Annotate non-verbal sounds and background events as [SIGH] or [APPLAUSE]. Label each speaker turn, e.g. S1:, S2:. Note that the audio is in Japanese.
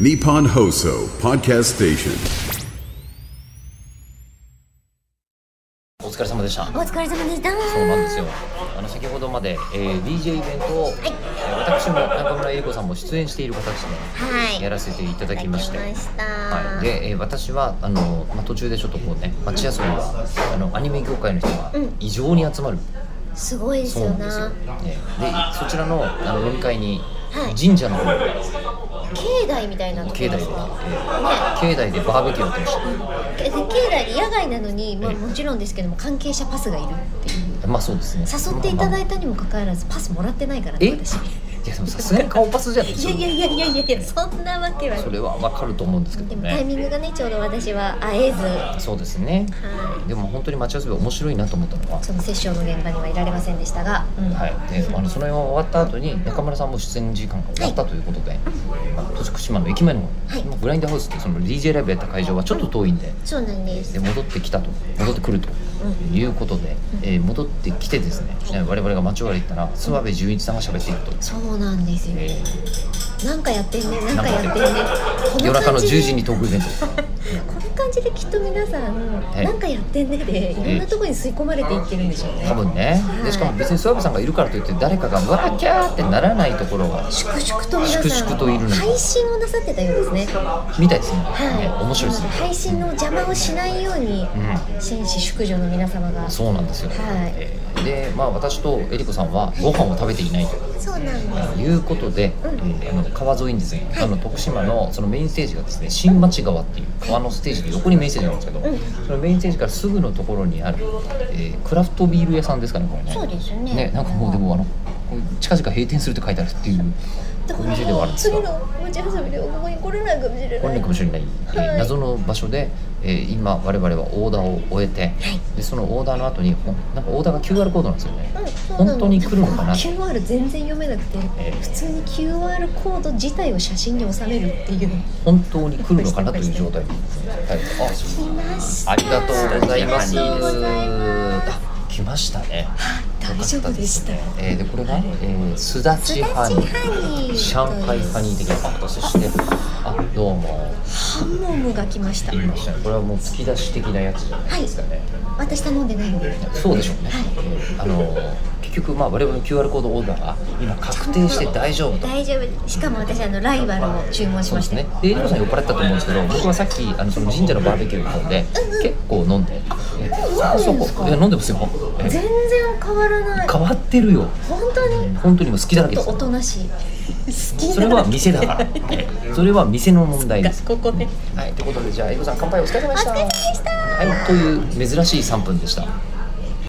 S1: Nippon Hoso Podcast Station.
S2: お疲れ様でした。
S3: お疲れ様でした。
S2: そうなんですよ。あの先ほどまで、えー DJ イベントを、えー私も中村江里子さんも出演している形
S3: はい。
S2: でやらせていただきまして。
S3: いただきました
S2: はい、で、えー私はあの、まあ、途中でちょっとこうね町遊びはあのアニメ業界の人が
S3: うん
S2: 異常に集まる、
S3: すごいです
S2: そう
S3: よ
S2: なんですよ、
S3: な
S2: ね。、でそちらのあの飲み会に
S3: はい
S2: 神社の方の
S3: 境内みたいなとこ
S2: 境内で、え
S3: ですか。
S2: ー境内でバーベキューを通して
S3: えで境内で野外なのに、まあもちろんですけども関係者パスがいるっていう。
S2: まあそうですね
S3: 誘っていただいたにもかかわらずパスもらってないから
S2: え [LAUGHS]
S3: ね
S2: いやで
S3: 私。
S2: もさすがに顔パスじゃないで
S3: い
S2: す
S3: や
S2: か
S3: いやいやいやいやいやそんなわけは。
S2: それはわかると思うんですけ
S3: で
S2: ど
S3: もタイ
S2: ね
S3: ミングがねちょうど私は会えず、は
S2: そうですね
S3: い。
S2: でも本当に待ち合わせ面白いなと思ったのは、
S3: そのセッションの現場にはいられませんでしたが、うん
S2: はい、であのその辺終わった後に中村さんも出演時間が終わったということで、あの徳島の駅前の方に、ブラインドハウスってその DJ ライブやった会場はちょっと遠いんで
S3: そうなんです
S2: で。戻ってきたと戻ってくるということで、えー戻ってきてですね、ね我々が町割り行ったら諏訪部純一さんが喋っていると。
S3: そうなんですよ。
S2: えー
S3: なんかやってんね、なんかやってんね。こ
S2: 夜中の10
S3: 感じで
S2: 時にトークイベント
S3: この感じできっと皆さん、
S2: い
S3: なんかやってんねでいろんなところに吸い込まれていってるんでしょうね
S2: 多分ねでしかも別に諏訪部さんがいるからといって誰かがわらキャーってならないところが
S3: 粛々と皆
S2: 粛
S3: さ
S2: 々といる
S3: ん
S2: の
S3: 配信をなさってたようですね
S2: みたいですね、ね
S3: はい
S2: 面白いですね
S3: 配信の邪魔をしないように、紳士淑女の皆様がそ
S2: そうなんですよ、
S3: はい
S2: えーでまあ私とえりこさんはご飯を食べていないと
S3: うなんです
S2: いうことで、えーあの川沿いにですね、あの徳島のそのメインステージがですね新町川っていう川のステージの横にメインステージがあるんですけど、そのメインステージからすぐのところにある、えークラフトビール屋さんですかねこれね
S3: そうですね
S2: なんかもうでもあのこう近々閉店するって書いてあるっていう
S3: だ
S2: お
S3: から
S2: 店ではあるんです
S3: 次
S2: が
S3: の持ち遊びでここに来れないかもしれ
S2: 来
S3: な
S2: ない
S3: い
S2: かもしれない、えー
S3: はい
S2: 謎の場所で、えー今我々はオーダーを終えて、でそのオーダーの後にほんなんかオーダーが QR コードなんですよね、
S3: うんそうなの
S2: 本当に来るのかなって
S3: QR 全然読めなくて、
S2: えー
S3: 普通に QR コード自体を写真に収めるっていう
S2: 本当に来るのかなという状態です、はい、
S3: 来まし
S2: あ
S3: た
S2: ありがとうございます
S3: ありがとうございます
S2: あ来ましたね、
S3: 大丈夫でしたよ
S2: えー、でこれが、えー、すだちハニー上海ハニー的な形してあどうも
S3: ハンモムが来ました
S2: 言いましたねこれはもう突き出し的なやつじゃないですかね、
S3: 私頼んでないんで
S2: そうでしょうね、あの結局まあ我々の QR コードオーダーが今確定して大丈夫と
S3: 大丈夫しかも私あのライバルを注文し
S2: そう
S3: ま
S2: です
S3: した
S2: ねでえりこさん酔っ払ったと思うんですけど僕はさっきあのその神社のバーベキューの方で結構飲んでえそこそこいや飲んでますよえ
S3: 全然変わらない
S2: 変わってるよ
S3: 本当に
S2: 本当にもう好きだらけです
S3: おとなしい好き
S2: それは店だからえ [LAUGHS] それは店の問題です
S3: ここで
S2: はいということでじゃあえりこさん乾杯お疲れ様でした
S3: お疲れ様でした
S2: はいという珍しい3分でした